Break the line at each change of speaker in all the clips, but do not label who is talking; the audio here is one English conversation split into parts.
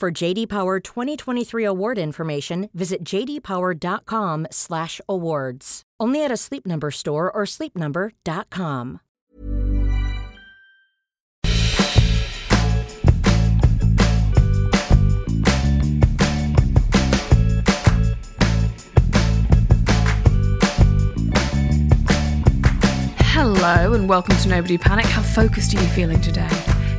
For JD Power 2023 award information, visit jdpower.com/awards. Only at a Sleep Number store or sleepnumber.com.
Hello and welcome to Nobody Panic. How focused are you feeling today?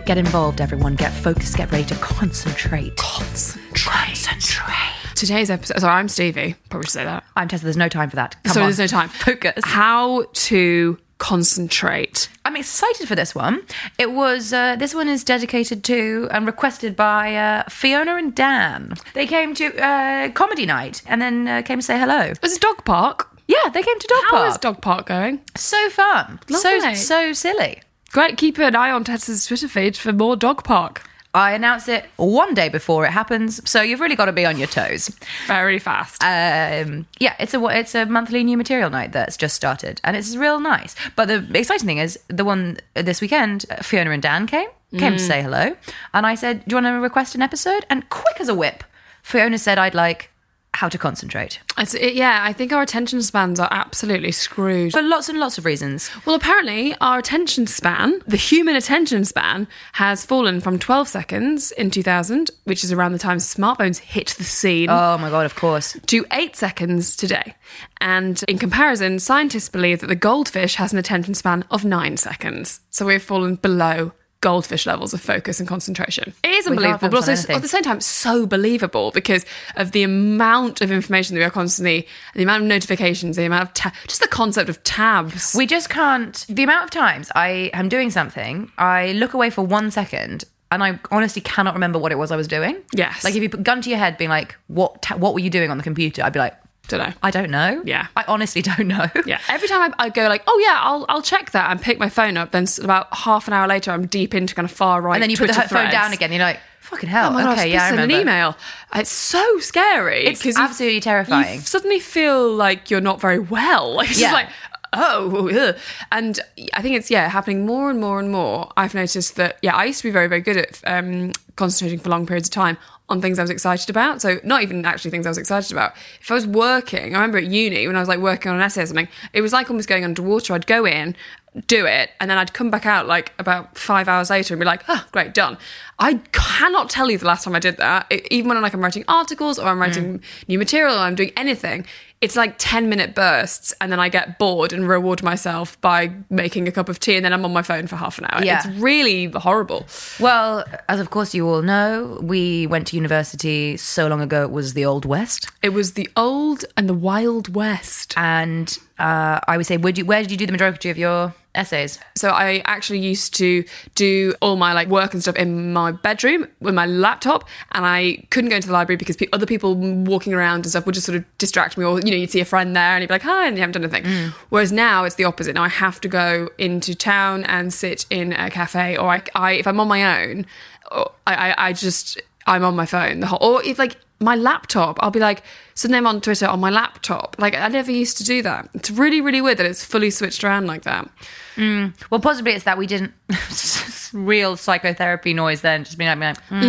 Get involved, everyone. Get focused. Get ready to concentrate. Concentrate.
Today's episode. So I'm Stevie. Probably should say that.
I'm Tessa. There's no time for that. Come
so
on.
there's no time.
Focus.
How to concentrate.
I'm excited for this one. It was uh, this one is dedicated to and requested by uh, Fiona and Dan. They came to uh, comedy night and then uh, came to say hello.
There's a dog park.
Yeah, they came to dog
How
park.
is dog park going?
so fun. So
Lovely.
so silly.
Great. Keep an eye on Tessa's Twitter feed for more dog park.
I announce it one day before it happens, so you've really got to be on your toes.
Very fast.
um, yeah, it's a it's a monthly new material night that's just started, and it's real nice. But the exciting thing is the one this weekend. Fiona and Dan came came to say hello, and I said, "Do you want to request an episode?" And quick as a whip, Fiona said, "I'd like how to concentrate
It's- it- yeah, I think our attention spans are absolutely screwed.
for lots and lots of reasons."
Well, apparently, our attention span, the human attention span, has fallen from 12 seconds in 2000, which is around the time smartphones hit the scene,
Oh my god! Of course,
to eight seconds today. And in comparison, scientists believe that the goldfish has an attention span of nine seconds. So we've fallen below goldfish levels of focus and concentration. It is
can't
unbelievable, but
focus
also
on
s-
anything.
at the same time, so believable because of the amount of information that we are constantly, the amount of notifications, the amount of, ta- just the concept of tabs.
we just can't. The amount of times I am doing something, I look away for one second. And I honestly cannot remember what it was I was doing.
Yes.
Like if you put gun to your head, being like, "What? Ta- what were you doing on the computer?" I'd be like,
don't know.
I don't know.
Yeah.
I honestly don't know.
Yeah. Every time I, I go like, oh yeah, I'll I'll check that and pick my phone up. Then s- about half an hour later, I'm deep into kind of far right.
And then you put the
Twitter
he- phone
threads.
down again. You're like, fucking hell.
Oh my god,
okay,
I was
yeah, I
supposed to send
remember.
an email. It's so scary.
It's
'cause
absolutely terrifying.
You suddenly feel like you're not very well. Like, it's
Yeah.
just like, oh, ugh. and I think it's yeah happening more and more and more. I've noticed that yeah, I used to be very very good at um, concentrating for long periods of time on things I was excited about. So not even actually things I was excited about. If I was working, I remember at uni when I was like working on an essay or something, it was like almost going underwater. I'd go in. Do it, and then I'd come back out like about five hours later and be like, "Oh, great, done." I cannot tell you the last time I did that. It- even when like I'm writing articles or I'm writing new material or I'm doing anything, it's like 10 minute bursts and then I get bored and reward myself by making a cup of tea and then I'm on my phone for half an hour.
Yeah.
It's really horrible.
Well, as of course you all know, we went to university so long ago. It was the old west,
It was the old and the wild west.
and uh, I would say, would you, where did you do the majority of your essays?
So I actually used to do all my like work and stuff in my bedroom with my laptop, and I couldn't go into the library because pe- other people walking around and stuff would just sort of distract me. Or you know, you'd see a friend there and you'd be like, "Hi," and you haven't done anything. Whereas now it's the opposite. Now I have to go into town and sit in a cafe, or I, I if I'm on my own, or I, I, I just I'm on my phone the whole. Or if like my laptop, I'll be like suddenly I'm on Twitter on my laptop. Like I never used to do that. It's really really weird that it's fully switched around like that.
Well, possibly it's that we didn't real psychotherapy noise then, just being like, being like,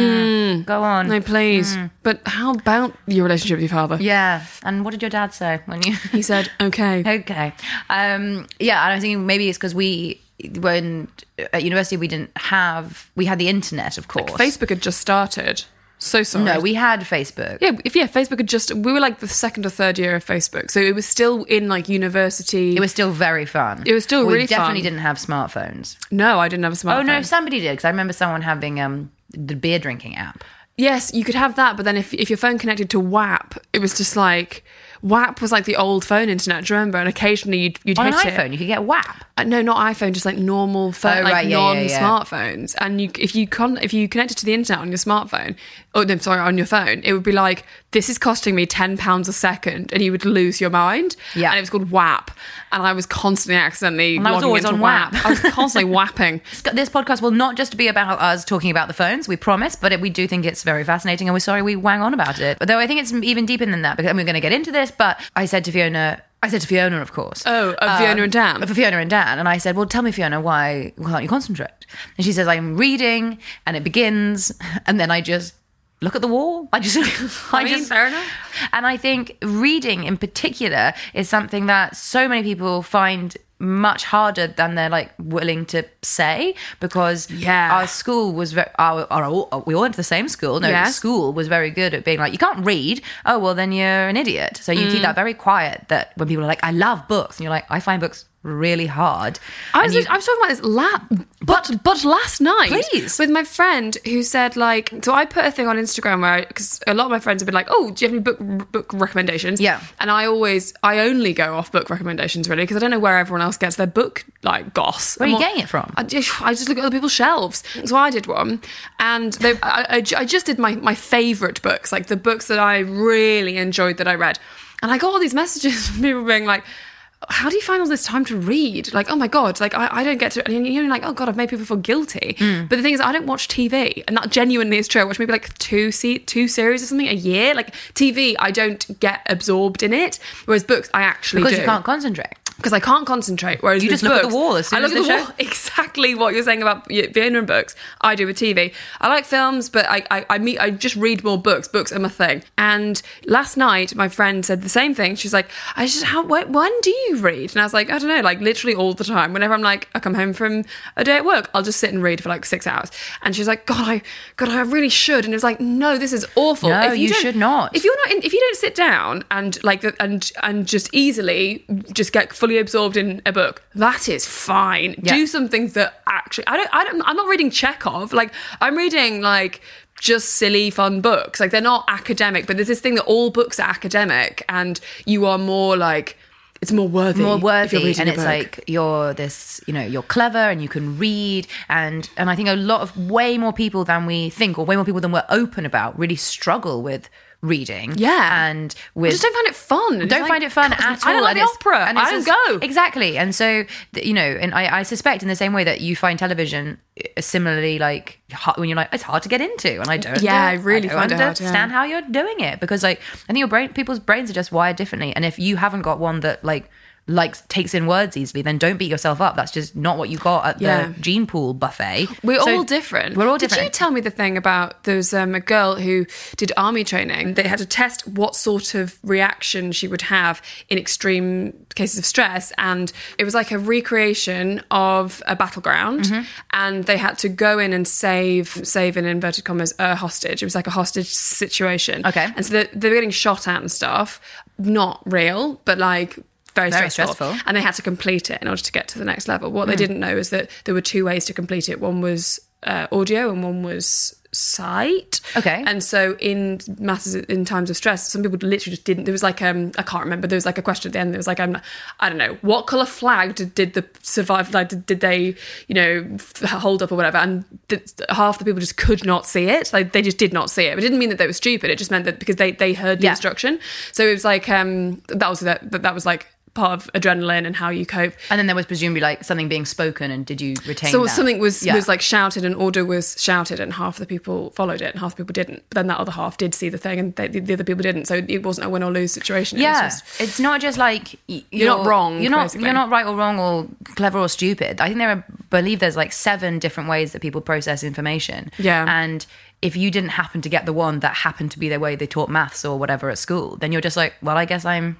"Mm, go on.
No, please. But how about your relationship with your father?
Mm. Yeah. And what did your dad say when you?
He said, okay.
Okay. Um, yeah, and I think maybe it's because we, when at university, we didn't have, we had the internet, of course.
Facebook had just started. So sorry.
No, we had Facebook.
Yeah, if yeah, Facebook had just we were like the second or third year of Facebook, so it was still in like university.
It was still very fun.
It was still
we
really
definitely
fun.
didn't have smartphones.
no, I didn't have a smartphone.
Oh no, somebody did because I remember someone having um the beer drinking app.
yes, you could have that, but then if if your phone connected to WAP, it was just like WAP was like the old phone internet. Do you remember? And occasionally you'd you'd
On an
hit it.
iPhone, you could get WAP.
Uh, no, not iPhone, just like normal phone,
Oh,
like
right, yeah, yeah, yeah.
non-smartphones. And you, if you con- if you connected to the internet on your smartphone, oh no, sorry, on your phone, it would be like this is costing me ten pounds a second, and you would lose your mind.
Yeah.
and it was called WAP, and I was constantly accidentally.
And I was
logging
always
into
on
WAP.
WAP.
I was constantly whapping.
This- This podcast will not just be about us talking about the phones, we promise, but it, we do think it's very fascinating and we're sorry we wang on about it. Though I think it's even deeper than that because and we're going to get into this, but I said to Fiona, I said to Fiona, of course.
Oh, of
um,
Fiona and Dan?
For Fiona and Dan. And I said, Well, tell me, Fiona, why can't you concentrate? And she says, I'm reading and it begins. And then I just look at the wall. I just, I,
mean,
just,
fair enough.
and I think reading in particular is something that so many people find much harder than they're like willing to say because
Yeah.
our school was very our, our we all went to the same school no
Yes.
school was very good at being like you can't read oh well then you're an idiot so you
Mm.
keep that very quiet that when people are like I love books and you're like I find books really hard
I
And
was,
you-
I was talking about this la- but but last night
Please.
with my friend who said like so I put a thing on Instagram where because a lot of my friends have been like oh do you have any book book recommendations
Yeah.
and I always I only go off book recommendations really because I don't know where everyone else gets their book like goss
Where are you
And what-
getting it from?
I just, I just look at other people's shelves so I did one and they, I, I ju- I just did my my favorite books like the books that I really enjoyed that I read and I got all these messages from people being like how do you find all this time to read? Like, oh my god, like I, I don't get to. And you're like, oh god, I've made people feel guilty.
Mm.
But the thing is, I don't watch TV, and that genuinely is true. I watch maybe like two se- two series or something a year. Like TV, I don't get absorbed in it, whereas books, I actually
because
do
you can't concentrate
because I can't concentrate. Whereas
You
with
just look at the
books,
wall as soon
I look
as
at
the
the
show-
wall. Exactly what you're saying about y- Vienna and books. I do with TV. I like films, but I I, I meet I just read more books. Books are my thing. And last night, my friend said the same thing. She's like, I just how wh- when do you read? And I was like, I don't know, like literally all the time. Whenever I'm like I come home from a day at work, I'll just sit and read for like six hours. And she's like, God, I God, I really should. And it was like, No, this is awful.
No, you
don't-
should not.
If you're not in, if you don't sit down and like and and just easily just get fully absorbed in a book that is fine
Yeah.
do something that actually i don't i don't i'm not reading chekhov like i'm reading like just silly fun books like they're not academic but there's this thing that all books are academic and you are more like it's more worthy
more
if you're
worthy
reading
and
a
it's
book.
like you're this you know you're clever and you can read and and i think a lot of way more people than we think or way more people than we're open about really struggle with reading
Yeah.
and
i
with
just don't find it fun It's
don't
like,
find it fun
God,
at all.
i don't like
and
the
it's-
opera
and
i
it's
don't
just-
go
Exactly. And so, th- you know, and I, I suspect in the same way that you find television uh, similarly, like, hard, when you're like, it's hard to get into. And I don't,
Yeah, I really
don't
find it hard, yeah.
understand how you're doing it because, like, I think your brain, people's brains are just wired differently. And if you haven't got one that, like, likes takes in words easily, then don't beat yourself up. That's just not what you got at the
Yeah.
gene pool buffet.
We're
So
all different.
We're all
Did you
different.
tell me the thing about there was um, a girl who did army training? They had to test what sort of reaction she would have in extreme cases of stress, and it was like a recreation of a battleground.
Mm-hmm.
And they had to go in and save, save in inverted commas, a hostage. It was like a hostage situation.
Okay.
and so they they were getting shot at and stuff. Not real, but like. Very,
Very
stressful.
stressful.
And they had to complete it in order to get to the next level. What they didn't know is that there were two ways to complete it. One was uh, audio and one was sight.
Okay.
And so in matters in times of stress, some people literally just didn't. There was like um I can't remember. There was like a question at the end. There was like I'm I don't know what color flag did, did the survive like did, did they you know f- hold up or whatever. And th- half the people just could not see it. Like they just did not see it. It didn't mean that they were stupid. It just meant that because they they heard the
Yeah.
instruction. So it was like um that was that that was like part of adrenaline and how you cope
And then there was presumably like something being spoken, and did you retain?
so
that?
something was
Yeah.
was like shouted, an order was shouted, and half the people followed it, and half the people didn't. But then that other half did see the thing, and they, the, the other people didn't. So it wasn't a win or lose situation. It was
Yeah,
just-
it's not just like y- you're,
not wrong,
You're not
basically.
you're not right or wrong or clever or stupid. I think there are believe there's like seven different ways that people process information.
Yeah.
and if you didn't happen to get the one that happened to be the way they taught maths or whatever at school, then you're just like, well, I guess I'm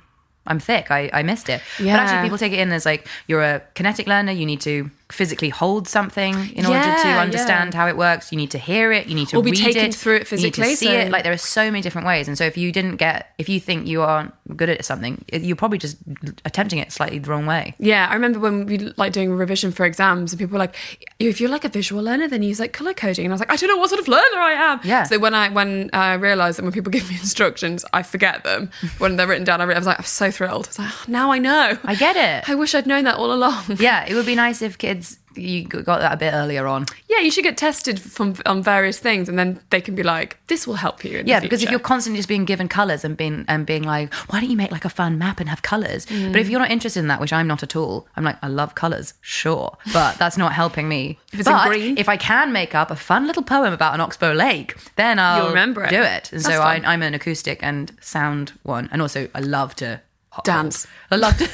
I'm thick. I I missed it. But
Yeah.
actually, people take it in as like you're a kinetic learner. You need to physically hold something in order to
Yeah,
understand
yeah.
how it works. You need to hear it. You need to
Or be
read
taken
it.
through it
You
physically,
need to see
so-
it. Like there are so many different ways. And so if you didn't get, if you think you aren't good at something, you're probably just attempting it slightly the wrong way.
Yeah, I remember when we like doing revision for exams, and people were like, "If you're like a visual learner, then use like color coding." And I was like, "I don't know what sort of learner I am."
Yeah.
So when I when I realised that when people give me instructions, I forget them when they're written down. I, re- I was like, "I'm so thrilled." I was like, oh, "Now I know."
I get it.
I wish I'd known that all along.
yeah, it would be nice if kids you got that a bit earlier on.
Yeah, you should get tested from on various things, and then they can be like, "This will help you." In the
Yeah, because if
future."
you're constantly just being given colors and being and being like, why don't you make like a fun map and have colors? But
Mm.
if you're not interested in that, which I'm not at all, I'm like, I love colors, sure, but that's not helping me.
If it's in
But
green?
if I can make up a fun little poem about an oxbow lake, then I'll
remember it.
do it. And
That's
so I,
fun.
I'm an acoustic and sound one, and also I love to hot
Dance.
I love to.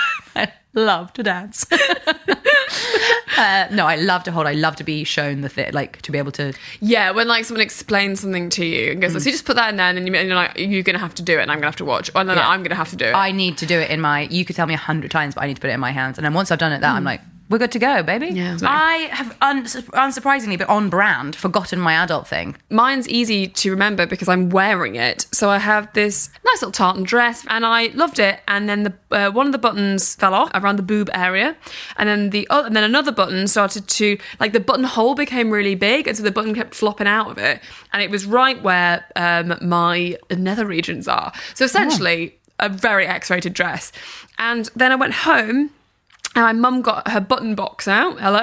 I Love to dance. uh, no, I love to hold. I love to be shown the thing, like to be able to
Yeah, when like someone explains something to you and goes,
Mm.
"So you just put that in there," and then you, and you're like, "You're gonna have to do it," and I'm gonna have to watch, or no, no,
Yeah.
I'm gonna have to do it.
I need to do it in my. You could tell me a hundred times, but I need to put it in my hands. And then once I've done it, that I'm like, we're good to go, baby.
Yeah.
I have un- unsurprisingly, but on brand, forgotten my adult thing.
Mine's easy to remember because I'm wearing it. So I have this nice little tartan dress, and I loved it. And then the uh, one of the buttons fell off around the boob area, and then the oh, and then another button started to like the buttonhole became really big, and so the button kept flopping out of it, and it was right where um, my nether regions are. So essentially, a very X-rated dress. And then I went home and my mum got her button box out. Hello.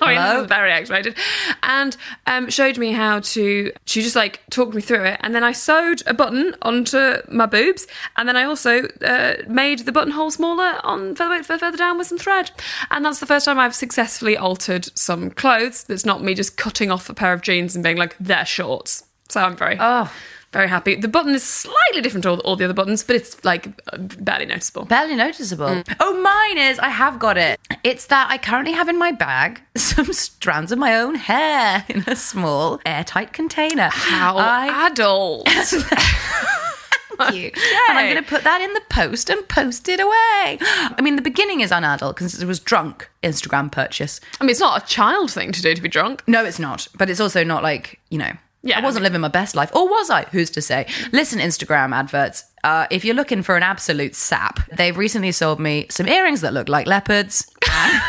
I mean, this
Hello?
is very X-rated, and um, showed me how to. She just like talked me through it, and then I sewed a button onto my boobs, and then I also uh, made the buttonhole smaller on further, further down with some thread, and that's the first time I've successfully altered some clothes. That's not me just cutting off a pair of jeans and being like they're shorts. So I'm very,
Oh.
very happy. The button is slightly different to all, all the other buttons, but it's like barely noticeable.
Barely noticeable. Oh, mine is. I have got it. It's that I currently have in my bag some strands of my own hair in a small airtight container.
How
I
adult.
you. And I'm going to put that in the post and post it away. I mean, the beginning is unadult because it was drunk Instagram purchase.
I mean, it's not a child thing to do to be drunk.
No, it's not. But it's also not like, you know,
Yeah,
I wasn't
I mean-
living my best life. Or was I? Who's to say? Listen, Instagram adverts. Uh, if you're looking for an absolute sap, they've recently sold me some earrings that look like leopards. and-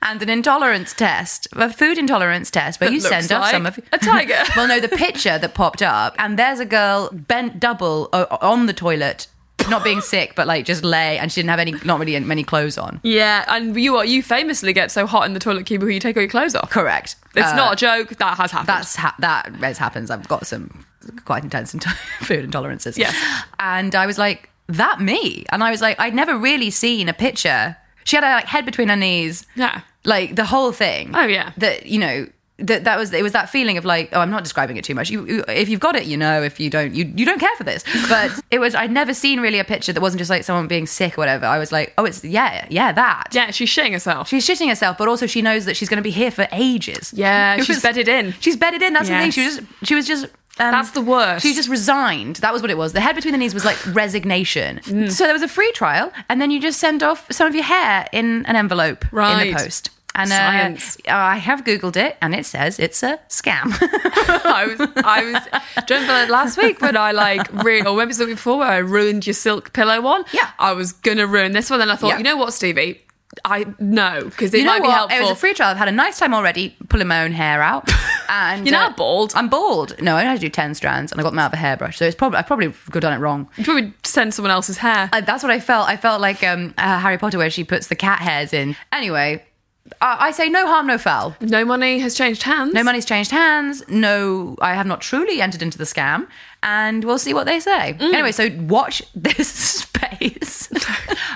And an intolerance test, a food intolerance test, where
That
you
looks
send off
like
some of
a tiger.
well, no, the picture that popped up, and there's a girl bent double o- on the toilet, not being sick, but like just lay, and she didn't have any, not really many clothes on.
Yeah, and you are you famously get so hot in the toilet cubicle you take all your clothes off.
Correct.
It's
Uh,
not a joke. That has happened.
that's ha- that as happens. I've got some quite intense into- food intolerances.
Yes.
and I was like that me, and I was like I'd never really seen a picture. She had her like head between her knees.
Yeah.
like the whole thing.
Oh, yeah.
that you know. That, that was it was that feeling of like oh I'm not describing it too much you, you if you've got it you know if you don't you you don't care for this but it was I'd never seen really a picture that wasn't just like someone being sick or whatever I was like oh it's yeah yeah that
yeah, she's shitting herself.
she's shitting herself, but also she knows that she's going to be here for ages.
Yeah,
It
she's bedded in.
She's bedded in. That's the thing. She was
Yes.
just, she was just. Um,
That's the worst.
She just resigned. That was what it was. The head between the knees was like resignation.
Mm.
So there was a free trial, and then you just send off some of your hair in an envelope in
Right.
the post. And
Science.
Uh, I have googled it, and it says it's a scam.
I was, I was. Do you remember last week when I like really, or maybe something before where I ruined your silk pillow one?
Yeah.
I was gonna ruin this one, then I thought,
Yeah.
you know what, Stevie, I no, because it
you know
might
what?
be helpful.
It was a free trial. I've had a nice time already pulling my own hair out. And uh,
You're now bald.
I'm bald. No, I had to do ten strands, and I got them out of a hairbrush. So it's probably I probably could have done it wrong.
you probably send someone else's hair.
I, Uh, that's what I felt. I felt like um, uh, Harry Potter, where she puts the cat hairs in. Anyway, I, I say no harm, no foul.
no money has changed hands.
No money's changed hands. No, I have not truly entered into the scam, and we'll see what they say.
Mm.
Anyway, so watch this space.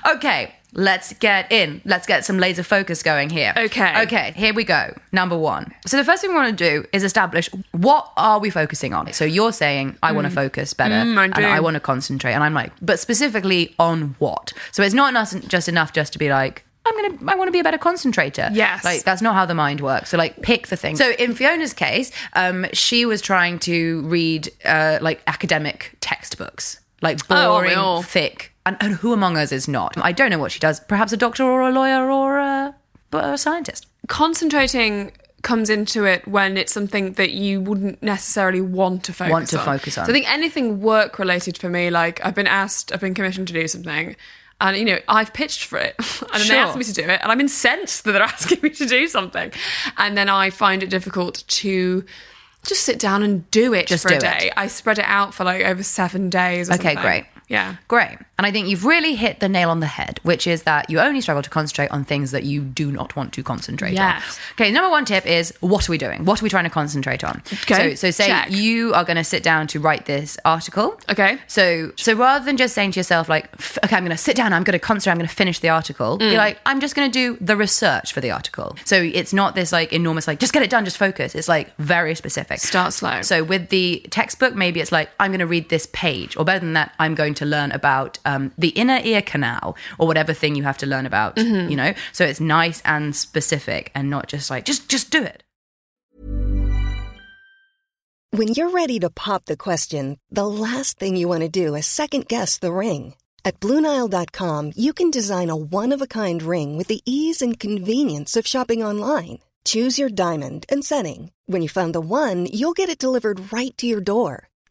okay, let's get in. Let's get some laser focus going here.
Okay.
Okay, here we go. Number one. So the first thing we want to do is establish what are we focusing on. So you're saying I want to focus better
Mm. I
and
do.
I want to concentrate, and I'm like, but specifically on what? So it's not enough, just enough just to be like. I'm gonna. I want to be a better concentrator.
Yes.
like that's not how the mind works. So like pick the thing. So in Fiona's case, um, she was trying to read uh, like academic textbooks, like
Oh, aren't we
boring,
all?
thick. And, and who among us is not? I don't know what she does. Perhaps a doctor or a lawyer or a but a scientist.
Concentrating comes into it when it's something that you wouldn't necessarily want to focus on.
Want to focus on.
So I think anything work related for me, like I've been asked, I've been commissioned to do something. And you know, I've pitched for it, and then they
Sure.
asked me to do it, and I'm incensed that they're asking me to do something, and then I find it difficult to just sit down and do it for
Just
a
do it.
day. I spread it out for like over seven days. Or
Okay,
something.
great.
Yeah,
Great. And I think you've really hit the nail on the head, which is that you only struggle to concentrate on things that you do not want to concentrate
Yes.
on. Okay, number one tip is what are we doing? What are we trying to concentrate on?
Okay,
So, so say
check.
you are going to sit down to write this article.
Okay.
So so rather than just saying to yourself, like, "F- okay, I'm going to sit down, I'm going to concentrate, I'm going to finish the article,
Mm.
be like, I'm just going to do the research for the article. So it's not this like enormous, like, just get it done, just focus. It's like very specific.
Start slow.
So with the textbook, maybe it's like, I'm going to read this page, or better than that, I'm going to learn about um, the inner ear canal or whatever thing you have to learn about,
Mm-hmm.
you know? So it's nice and specific and not just like, just, just do it.
When you're ready to pop the question, the last thing you want to do is second guess the ring. At Bluenile.com, you can design a one of a kind ring with the ease and convenience of shopping online. Choose your diamond and setting. When you find the one, you'll get it delivered right to your door.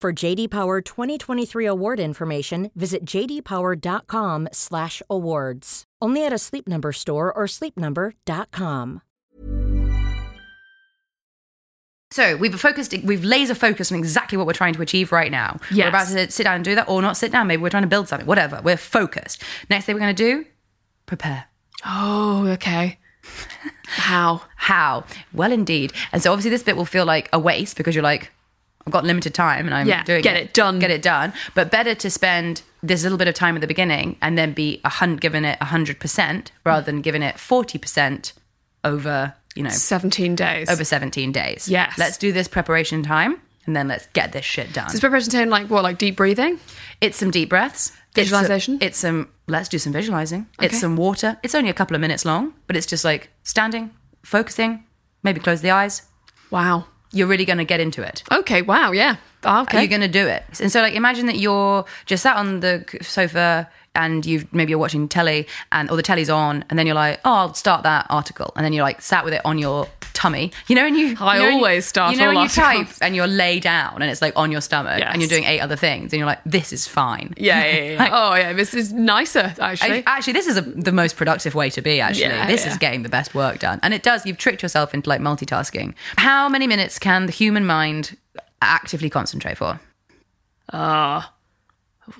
For JD Power 2023 award information, visit jdpower.com/awards. Only at a Sleep Number store or sleepnumber.com.
So we've focused, we've laser focused on exactly what we're trying to achieve right now.
Yes.
We're about to sit down and do that, or not sit down. Maybe we're trying to build something, whatever. We're focused. Next thing we're going to do, prepare.
Oh, okay. How?
How? Well, indeed. And so obviously this bit will feel like a waste because you're like, I've got limited time and I'm
Yeah,
doing
get it done.
Get it done. But better to spend this little bit of time at the beginning and then be a hundred, giving it 100% rather than giving it 40% over, you know,
17 days.
over 17 days.
Yes.
Let's do this preparation time and then let's get this shit done.
Does preparation time like what, like deep breathing?
It's some deep breaths. It's some-
Visualization?
It's some, let's do some visualizing.
Okay.
It's some water. It's only a couple of minutes long, but it's just like standing, focusing, maybe close the eyes,
Wow.
you're really going to get into it.
Okay, wow, yeah. Ah, Okay.
Are you going to do it? And so, like, imagine that you're just sat on the c- sofa and you've maybe you're watching telly and or the telly's on, and then you're like, oh, I'll start that article, and then you're like sat with it on your tummy, you know, and you.
I
you know, and you-
always start
You know,
all
when you type
articles.
and you're lay down and it's like on your stomach,
Yes.
and you're doing eight other things, and you're like, this is fine.
yeah, yeah, yeah, yeah. oh, yeah. This is nicer,
I-
actually.
Actually, this is a, the most productive way to be. Actually,
Yeah,
this
yeah.
is getting the best work done, and it does. You've tricked yourself into like multitasking. How many minutes can the human mind actively concentrate for?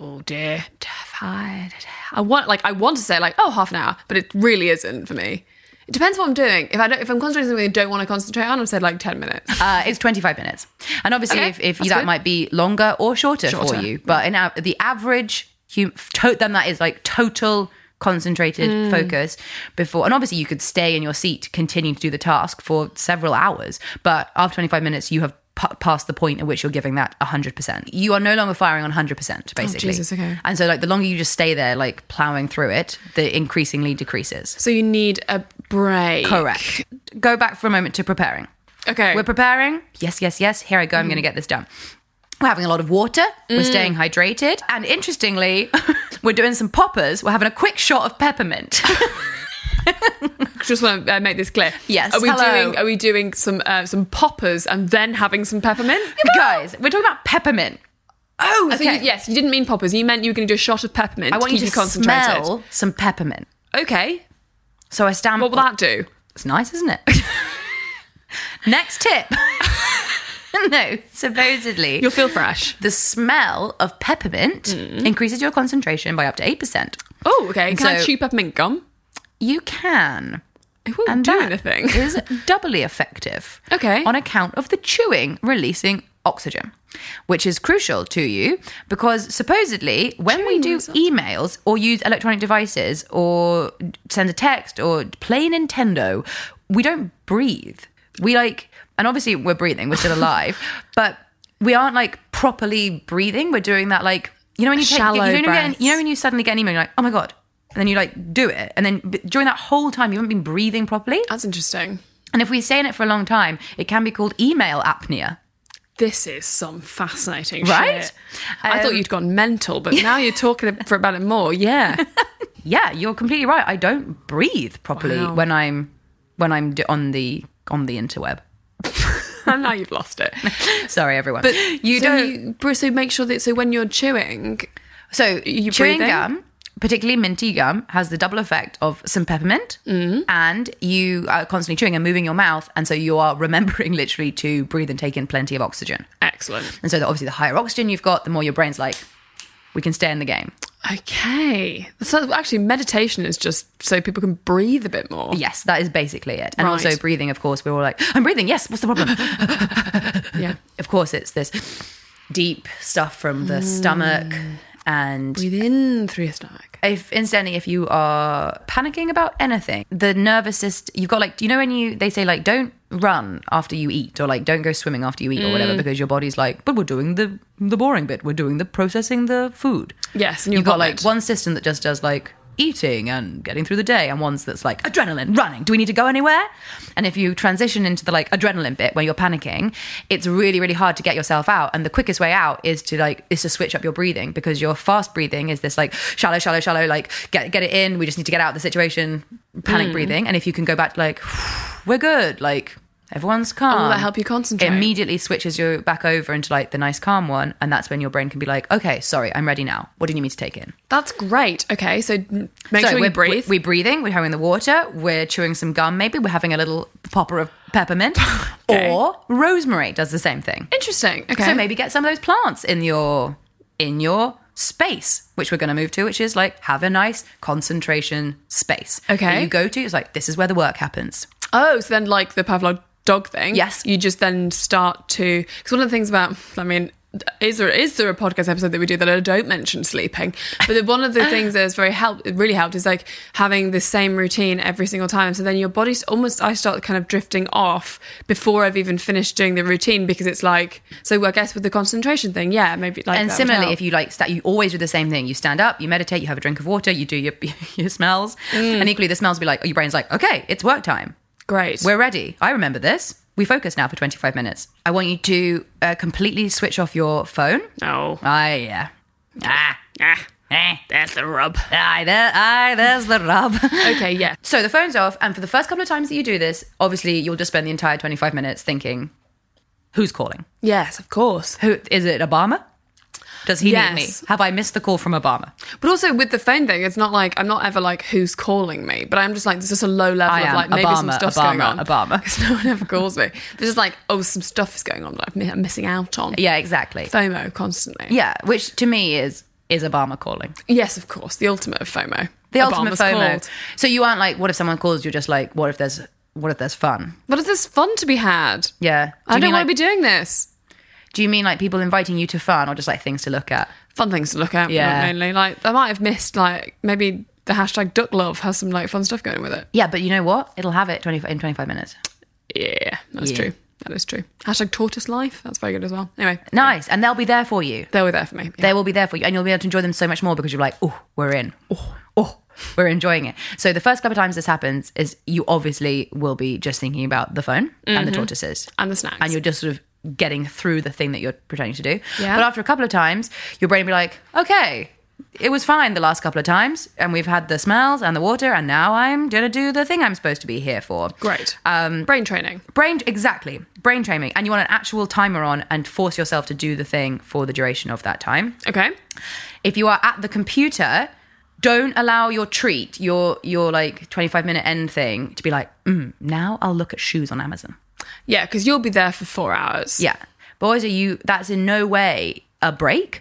oh dear, terrified. I want, like, I want to say, like, oh, half an hour, but it really isn't for me. It depends what I'm doing. If I don't, if I'm concentrating on something I don't want to concentrate on, I've said like ten minutes.
Uh, it's 25 minutes. And obviously,
Okay,
if, if
that's
that
good.
might be longer or shorter,
Shorter.
for you, but in our, the average, hum, to, then that is like total concentrated
Mm.
focus before. And obviously, you could stay in your seat, continue to do the task for several hours. But after 25 minutes, you have pa- passed the point at which you're giving that 100%. You are no longer firing on 100%, basically.
Oh, Jesus, okay.
And so, like, the longer you just stay there, like plowing through it, the increasingly decreases.
so you need a break.
Correct. Go back for a moment to preparing.
Okay. Mm.
We're preparing. Yes, yes, yes. Here I go. I'm going to get this done. We're having a lot of water. We're staying hydrated. And interestingly, we're doing some poppers. We're having a quick shot of peppermint.
Just want to uh, make this clear.
Yes,
Are we
hello.
doing? Are we doing some uh, some poppers and then having some peppermint?
Guys, we're talking about peppermint. Oh,
So you- yes, you didn't mean poppers. You meant you were going to do a shot of peppermint.
I want
keep
you to
concentrated.
smell some peppermint.
Okay.
So I stamp.
What will that do?
It's nice, isn't it? Next tip. no, supposedly
You'll feel fresh.
the smell of peppermint
Mm.
increases your concentration by up to eight percent.
Oh, okay. Can I
So-
chew peppermint gum?
You can.
It won't
and
do
that
anything.
is doubly effective.
Okay.
On account of the chewing releasing oxygen, which is crucial to you because supposedly when we do emails or use electronic devices or send a text or play Nintendo, we don't breathe. We like, and obviously we're breathing, we're still alive, but we aren't like properly breathing. We're doing that like, you know, when you take,
Shallow
you, know, when you get an-
breaths.
you know, when you suddenly get an email, you're like, oh my God. And then you like do it. And then but during that whole time, you haven't been breathing properly.
That's interesting.
And if we stay in it for a long time, it can be called email apnea.
This is some fascinating
Right?
shit. I thought
Um,
you'd gone mental, but now you're talking for about it more. Yeah.
Yeah, you're completely right. I don't breathe properly
Wow.
when I'm when I'm d- on the on the interweb.
and now you've lost it.
Sorry, everyone.
But
you
so
don't.
You, so make sure that so when you're chewing,
so
you
chewing
breathing?
gum, particularly minty gum, has the double effect of some peppermint,
Mm-hmm.
and you are constantly chewing and moving your mouth, and so you are remembering literally to breathe and take in plenty of oxygen.
excellent.
And so the, obviously, the higher oxygen you've got, the more your brain's like, we can stay in the game.
Okay. So actually, meditation is just so people can breathe a bit more.
Yes, that is basically it. And
Right.
also breathing, of course, we're all like, I'm breathing. Yes, what's the problem?
Yeah.
of course, it's this deep stuff from the stomach. And
Breathe in through your stomach.
if incidentally, if you are panicking about anything, the nervous system, you've got like, do you know when you they say like, don't run after you eat, or like, don't go swimming after you eat, or whatever, because your body's like, but we're doing the the boring bit, we're doing the processing the food.
Yes, and
you've
you've
got
got
like
it.
one system that just does like eating and getting through the day and ones that's like adrenaline running do we need to go anywhere and if you transition into the like adrenaline bit where you're panicking it's really really hard to get yourself out and the quickest way out is to like is to switch up your breathing because your fast breathing is this like shallow shallow shallow like get get it in we just need to get out of the situation
Mm.
panic breathing and if you can go back to like we're good like everyone's calm
that help you concentrate?
It immediately switches you back over into like the nice calm one and that's when your brain can be like okay sorry i'm ready now what do you need me to take in
That's great. Okay, so m- make
so
sure
we're
you breathe.
We're, breathing. We're having the water. We're chewing some gum. Maybe we're having a little popper of peppermint,
Okay.
or rosemary does the same thing.
Interesting. Okay.
So maybe get some of those plants in your in your space, which we're going to move to, which is like have a nice concentration space.
Okay.
that you go to. It's like this is where the work happens.
Oh, so then like the Pavlov dog thing.
Yes.
You just then start to because one of the things about I mean. Is there is there a podcast episode that we do that I don't mention sleeping? But the- one of the things that has very helped, really helped, is like having the same routine every single time. So then your body's almost I start kind of drifting off before I've even finished doing the routine because it's like so. I guess with the concentration thing, yeah, maybe like
and
that would
similarly,
help.
if you like, sta you always do the same thing. You stand up, you meditate, you have a drink of water, you do your your smells,
Mm.
and equally the smells will be like your brain's like, okay, it's work time.
great,
We're ready. I remember this. We focus now for 25 minutes. I want you to uh, completely switch off your phone.
no,
I, yeah. Ah,
Oh. ah,
eh.
there's the rub.
Aye, there, aye, there's the rub.
Okay, yeah,
so the phone's off, and for the first couple of times that you do this, obviously you'll just spend the entire 25 minutes thinking, who's calling?
yes, of course.
Who is it? Obama? Does he
Yes.
need me? Have I missed the call from Obama?
But also with the phone thing, it's not like I'm not ever like who's calling me, but I'm just like there's just a low level
I
of
am
like maybe some
Obama,
stuff's going
Obama,
on.
Obama.
because no one ever calls me. There's just like oh some stuff is going on that I'm mi- I'm missing out on.
Yeah, exactly.
FOMO constantly.
Yeah, which to me is is Obama calling.
Yes, of course, the ultimate of FOMO.
The ultimate
Obama's
FOMO.
called.
So you aren't like, what if someone calls? You're just like, what if there's what if there's fun?
But is this fun to be had?
Yeah. Do
I
you
don't
mean,
want
like-
to be doing this.
Do you mean like people inviting you to fun or just like things to look at?
Fun things to look at.
Yeah.
Yeah. Mainly, like I might have missed like maybe the hashtag duck love has some like fun stuff going with it.
Yeah, but you know what? It'll have it 20, in 25 minutes.
Yeah, that's
Yeah.
true. That is true. Hashtag tortoise life. That's very good as well. Anyway,
Nice. And they'll be there for you.
they were there for me. Yeah.
They will be there for you. And you'll be able to enjoy them so much more because you're like, oh, we're in. Oh, oh, we're enjoying it. So the first couple of times this happens is you obviously will be just thinking about the phone and the tortoises.
and the snacks.
Mm-hmm. and you're just sort of getting through the thing that you're pretending to do.
Yeah.
But after a couple of times, your brain will be like, okay, it was fine the last couple of times, and we've had the smells and the water, and now I'm gonna do the thing I'm supposed to be here for.
Great. Um, Brain training.
Brain, exactly, brain training, and you want an actual timer on and force yourself to do the thing for the duration of that time.
Okay.
If you are at the computer, don't allow your treat, your your like 25 minute end thing, to be like, mm, now I'll look at shoes on Amazon.
Yeah, because you'll be there for four hours.
Yeah, boys, are you? That's in no way a break.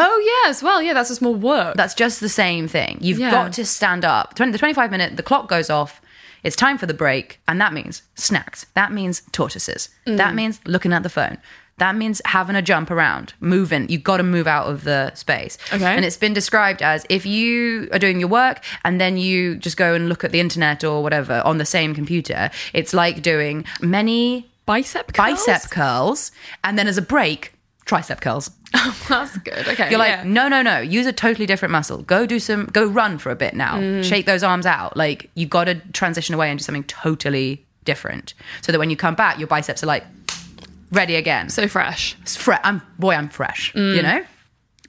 Oh, yeah, as well. Yeah, that's just more work.
That's just the same thing. You've
Yeah.
got to stand up. 20, the 25 minute, the clock goes off. It's time for the break. And that means snacks. That means tortoises.
Mm.
That means looking at the phone. That means having a jump around, moving. You've got to move out of the space.
Okay.
And it's been described as if you are doing your work and then you just go and look at the internet or whatever on the same computer, it's like doing many
bicep curls?
bicep curls and then as a break, tricep curls.
That's good. Okay.
You're like,
Oh, yeah.
no, no, no. Use a totally different muscle. Go do some. Go run for a bit now.
Mm.
Shake those arms out. Like you got to transition away and do something totally different, so that when you come back, your biceps are like ready again. So
so Mm. fresh.
it's fre- I'm boy, I'm fresh. You know.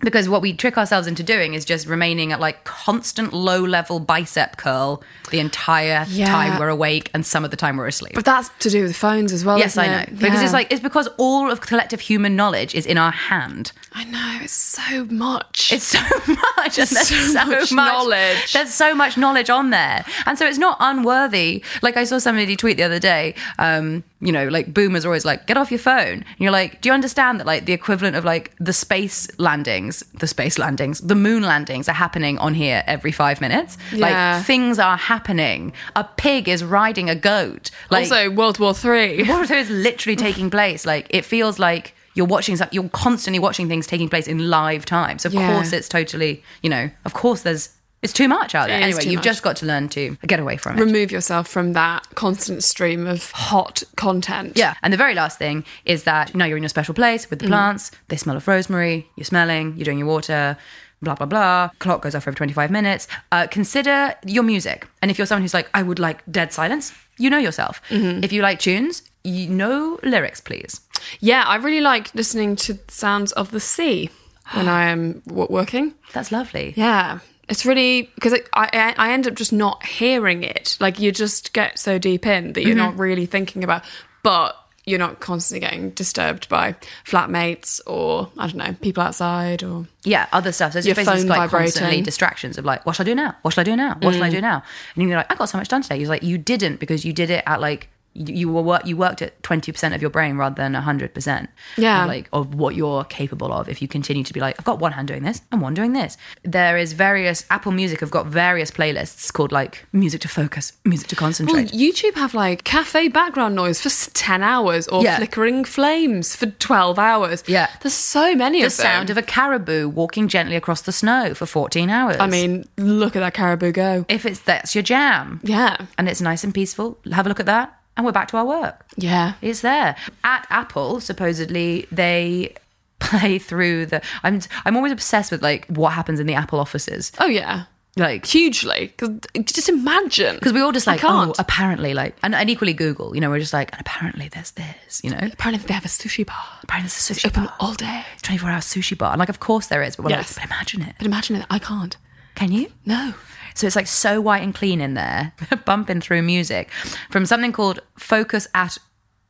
Because what we trick ourselves into doing is just remaining at like constant low level bicep curl the entire
Yeah.
time we're awake and some of the time we're asleep.
But that's to do with phones as well.
yes,
isn't
I know.
it?
Because
Yeah.
it's like, it's because all of collective human knowledge is in our hand.
I know, it's so much.
It's so much. And there's
So
so,
much
much,
knowledge.
There's so much knowledge on there. And so it's not unworthy. Like I saw somebody tweet the other day, um, you know, like boomers are always like, get off your phone. And you're like, do you understand that like the equivalent of like the space landings, the space landings, the moon landings are happening on here every five minutes?
Yeah.
Like things are happening. A pig is riding a goat. Like
also World War Three.
World War II is literally taking place. Like it feels like you're watching, some- you're constantly watching things taking place in live time. So of
Yeah.
course it's totally, you know, of course there's it's too much out there.
It is
Anyway,
too
you've
much.
just got to learn to get away from it.
Remove yourself from that constant stream of hot content.
yeah. And the very last thing is that now you're in your special place
Mm.
with the plants. They smell of rosemary. You're smelling. You're doing your water. Blah blah blah. Clock goes off every 25 minutes. Uh, consider your music. And if you're someone who's like, I would like dead silence, you know yourself.
Mm-hmm.
If you like tunes, you know lyrics, please.
Yeah, I really like listening to the sounds of the sea when I am w- working.
That's lovely.
Yeah. It's really because I, I I end up just not hearing it. Like you just get so deep in that you're not
Mm-hmm.
really thinking about, but you're not constantly getting disturbed by flatmates or I don't know people outside or
yeah, other stuff. So it's
Your
just basically
phone
just, like
vibrating. Mm.
constantly distractions of like, what shall I do now? What shall I do now? What shall I do now? And you're like, I got so much done today. You're like, you didn't because you did it at like you, you were work, you worked at twenty percent of your brain rather than hundred percent.
Yeah.
like of what you're capable of if you continue to be like, I've got one hand doing this and one doing this. There is various Apple Music have got various playlists called like music to focus, music to concentrate.
Well, YouTube have like cafe background noise for s- 10 hours or
Yeah.
flickering flames for 12 hours.
Yeah.
There's so many
the
of them.
sound of a caribou walking gently across the snow for 14 hours.
I mean, look at that caribou go.
if it's that's your jam,
Yeah.
and it's nice and peaceful. Have a look at that. And we're back to our work.
Yeah.
It's there. At Apple, supposedly, they play through the I'm I'm always obsessed with like what happens in the Apple offices.
Oh, yeah.
Like
Hugely. Because just imagine.
because we all just
I
like
can't.
oh apparently like and, and equally Google, you know, we're just like and apparently there's this, you know.
Apparently, they have a sushi bar.
Apparently it's a sushi
Open
bar.
all day.
24 hour sushi bar. And like of course there is, but we're
Yes.
like, but imagine it.
But imagine it. I can't.
Can you?
No.
So it's like so white and clean in there, bumping through music from something called Focus at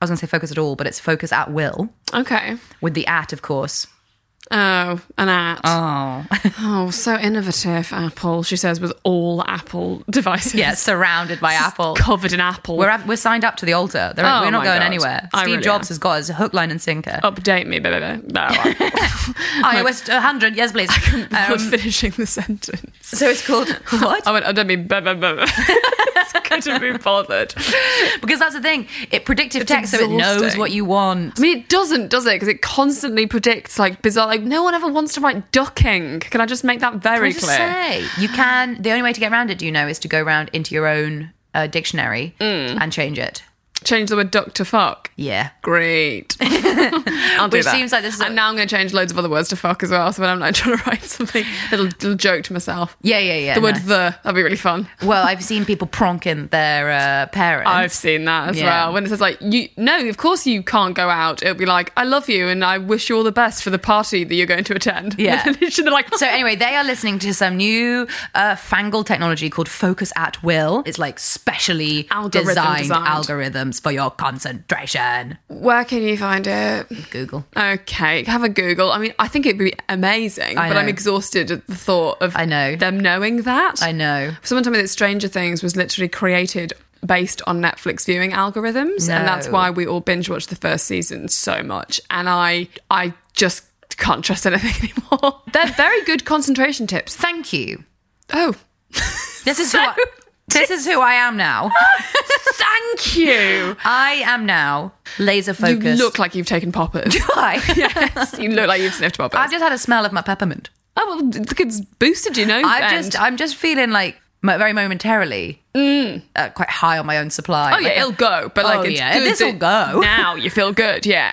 I was gonna say focus at all, but it's focus at will.
Okay.
with the at, of course.
Oh, an at.
Oh,
oh, so innovative, Apple, she says, with all Apple devices.
yeah, surrounded by Apple.
Covered in Apple.
We're at, we're signed up to the altar. They're-
Oh
we're
my
not going
God.
anywhere.
I
Steve
really
Jobs
am.
has got us hook, line, and sinker.
Update me, baby. No, I-
iOS 100, yes, please.
I was
Um,
finishing the sentence.
so it's called Oh what?
I went, I don't mean blah, blah, blah. couldn't be bothered. I
Because that's the thing. It predictive
It's
text, so it knows
exhausting.
what you want.
mean, it doesn't, does it? Because it constantly predicts like bizarre, like no one ever wants to write ducking. Can I just make that very
What does it
clear?
say? You can. The only way to get around it, do you know, is to go round into your own uh, dictionary and change it.
Change the word duck to fuck.
Yeah.
Great. I'll do
Which
that.
seems like this is a-
And now I'm going to change loads of other words to fuck as well. So when I'm like trying to write something, little, little joke to myself.
Yeah, yeah, yeah.
the word
no.
the. That'd be really fun.
well, I've seen people pronking their uh, parents.
I've seen that as
Yeah.
well. When it says like you no, of course you can't go out. It'll be like I love you and I wish you all the best for the party that you're going to attend.
Yeah.
And they're like
So anyway, they are listening to some new uh, fangled technology called Focus at Will. It's like specially
Algorithm
designed,
designed.
algorithms for your concentration.
where can you find it?
Google.
Okay, have a Google. I mean, I think it'd be amazing,
I
but I'm
know.
exhausted at the thought of
I know.
them knowing that.
I know.
Someone told me that Stranger Things was literally created based on Netflix viewing algorithms, and that's
No.
why we all binge watched the first season so much. And I, I just can't trust anything anymore. They're very good concentration tips.
Thank you.
Oh,
This is who I, this is who I am now.
thank you.
I am now laser focused.
You look like you've taken poppers.
Why?
yes, you look like you've sniffed poppers.
I've just had a smell of my peppermint.
oh well, look, it's boosted. You know,
I've
and-
just I'm just feeling like mo- very momentarily uh, quite high on my own supply.
Mm. Oh yeah, it'll go. But like,
Oh,
it's
yeah,
good
this'll
that
go.
Now you feel good. Yeah,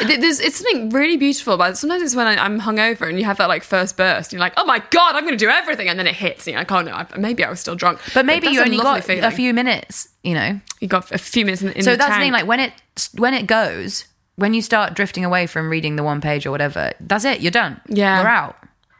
Th- there's it's something really beautiful about it. Sometimes it's when I, I'm hungover and you have that like first burst. And you're like, oh my god, I'm going to do everything, and then it hits. And you're like, oh no, I, maybe I was still drunk.
but maybe
that's
you
a
only
lovely
got a
feeling.
few minutes, you know.
You got a few minutes in, in
so
the
that's the
tank.
thing. Like when it when it goes, when you start drifting away from reading the one page or whatever, that's it. You're done.
Yeah.
you're out.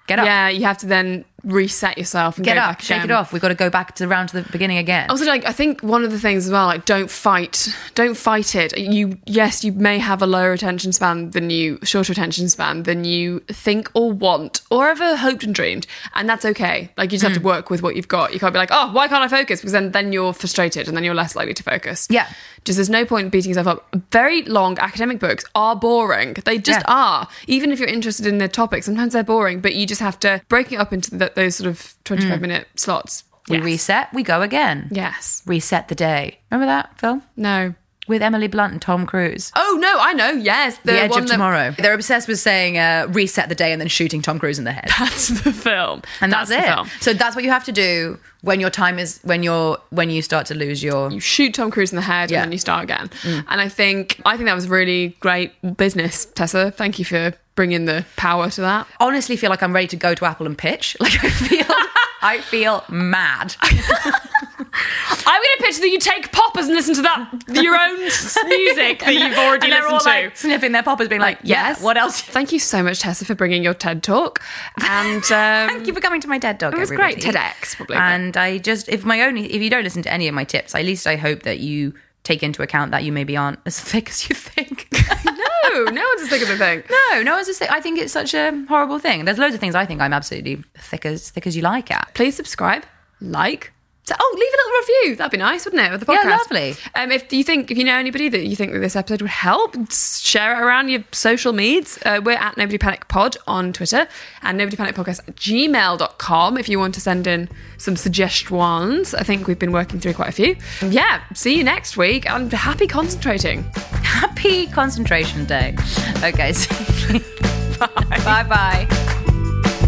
Get up.
yeah, you have to then reset yourself and
Get
go
up.
back
Shake it
again.
off. We've got to go back to the round to the beginning again.
Also, like I think one of the things as well, like don't fight, don't fight it. You yes, you may have a lower attention span than you, shorter attention span than you think or want or ever hoped and dreamed, and that's okay. Like you just
Hmm.
have to work with what you've got. You can't be like, oh, why can't I focus? Because then then you're frustrated and then you're less likely to focus.
Yeah.
just there's no point in beating yourself up. Very long academic books are boring. They just
Yeah.
are. Even if you're interested in the topic, sometimes they're boring. But you just have to break it up into th those sort of 25 minute slots.
Mm. we
Yes.
reset. We go again.
Yes.
Reset the day. Remember that film
No.
with Emily Blunt and Tom Cruise.
Oh no, I know. Yes, the,
The, Edge
one
of
that-
Tomorrow. They're obsessed with saying uh, reset the day and then shooting Tom Cruise in the head.
That's the film,
and that's,
the
it.
film.
So that's what you have to do when your time is when you're when you start to lose your
You shoot Tom Cruise in the head,
Yeah.
and then you start again. And I think I think that was really great business, Tessa. Thank you for bringing the power to that.
honestly feel like I'm ready to go to Apple and pitch. Like I feel I feel mad.
I'm going to pitch that you take poppers and listen to that your own music that you've already
and they're all
listened to.
like sniffing their poppers being like, yes, what else?
Thank you so much, Tessa, for bringing your TED talk. And um,
Thank you for coming to my TED Talk.
It was
everybody.
great TEDx, probably.
And I just if my only if you don't listen to any of my tips, at least I hope that you take into account that you maybe aren't as thick as you think.
no, no one's as thick as I think.
no, no, it's just I think it's such a horrible thing. There's loads of things I think I'm absolutely thick as thick as you like at.
please subscribe, like. So, oh, leave a little review. That'd be nice, wouldn't it? With the
Yeah,
podcast,
lovely.
Um, if you think if you know anybody that you think that this episode would help, s- share it around your social medias. Uh, we're at Nobody Panic Pod on Twitter and Nobody Panic Podcast at gmail.com if you want to send in some suggestions. I think we've been working through quite a few. Yeah, see you next week. I'm happy concentrating.
Happy concentration day. Okay, so bye bye.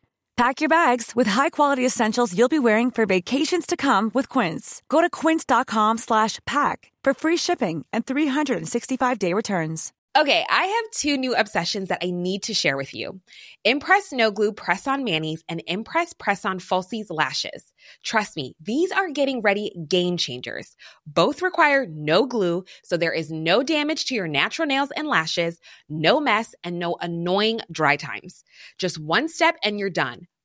Pack your bags with high-quality essentials you'll be wearing for vacations to come with Quince. Go to quince.com slash pack for free shipping and 365-day returns.
Okay, I have two new obsessions that I need to share with you Impress No Glue Press On Manny's and Impress Press On Falsies Lashes. Trust me, these are getting ready game changers. Both require no glue, so there is no damage to your natural nails and lashes, no mess, and no annoying dry times. Just one step and you're done.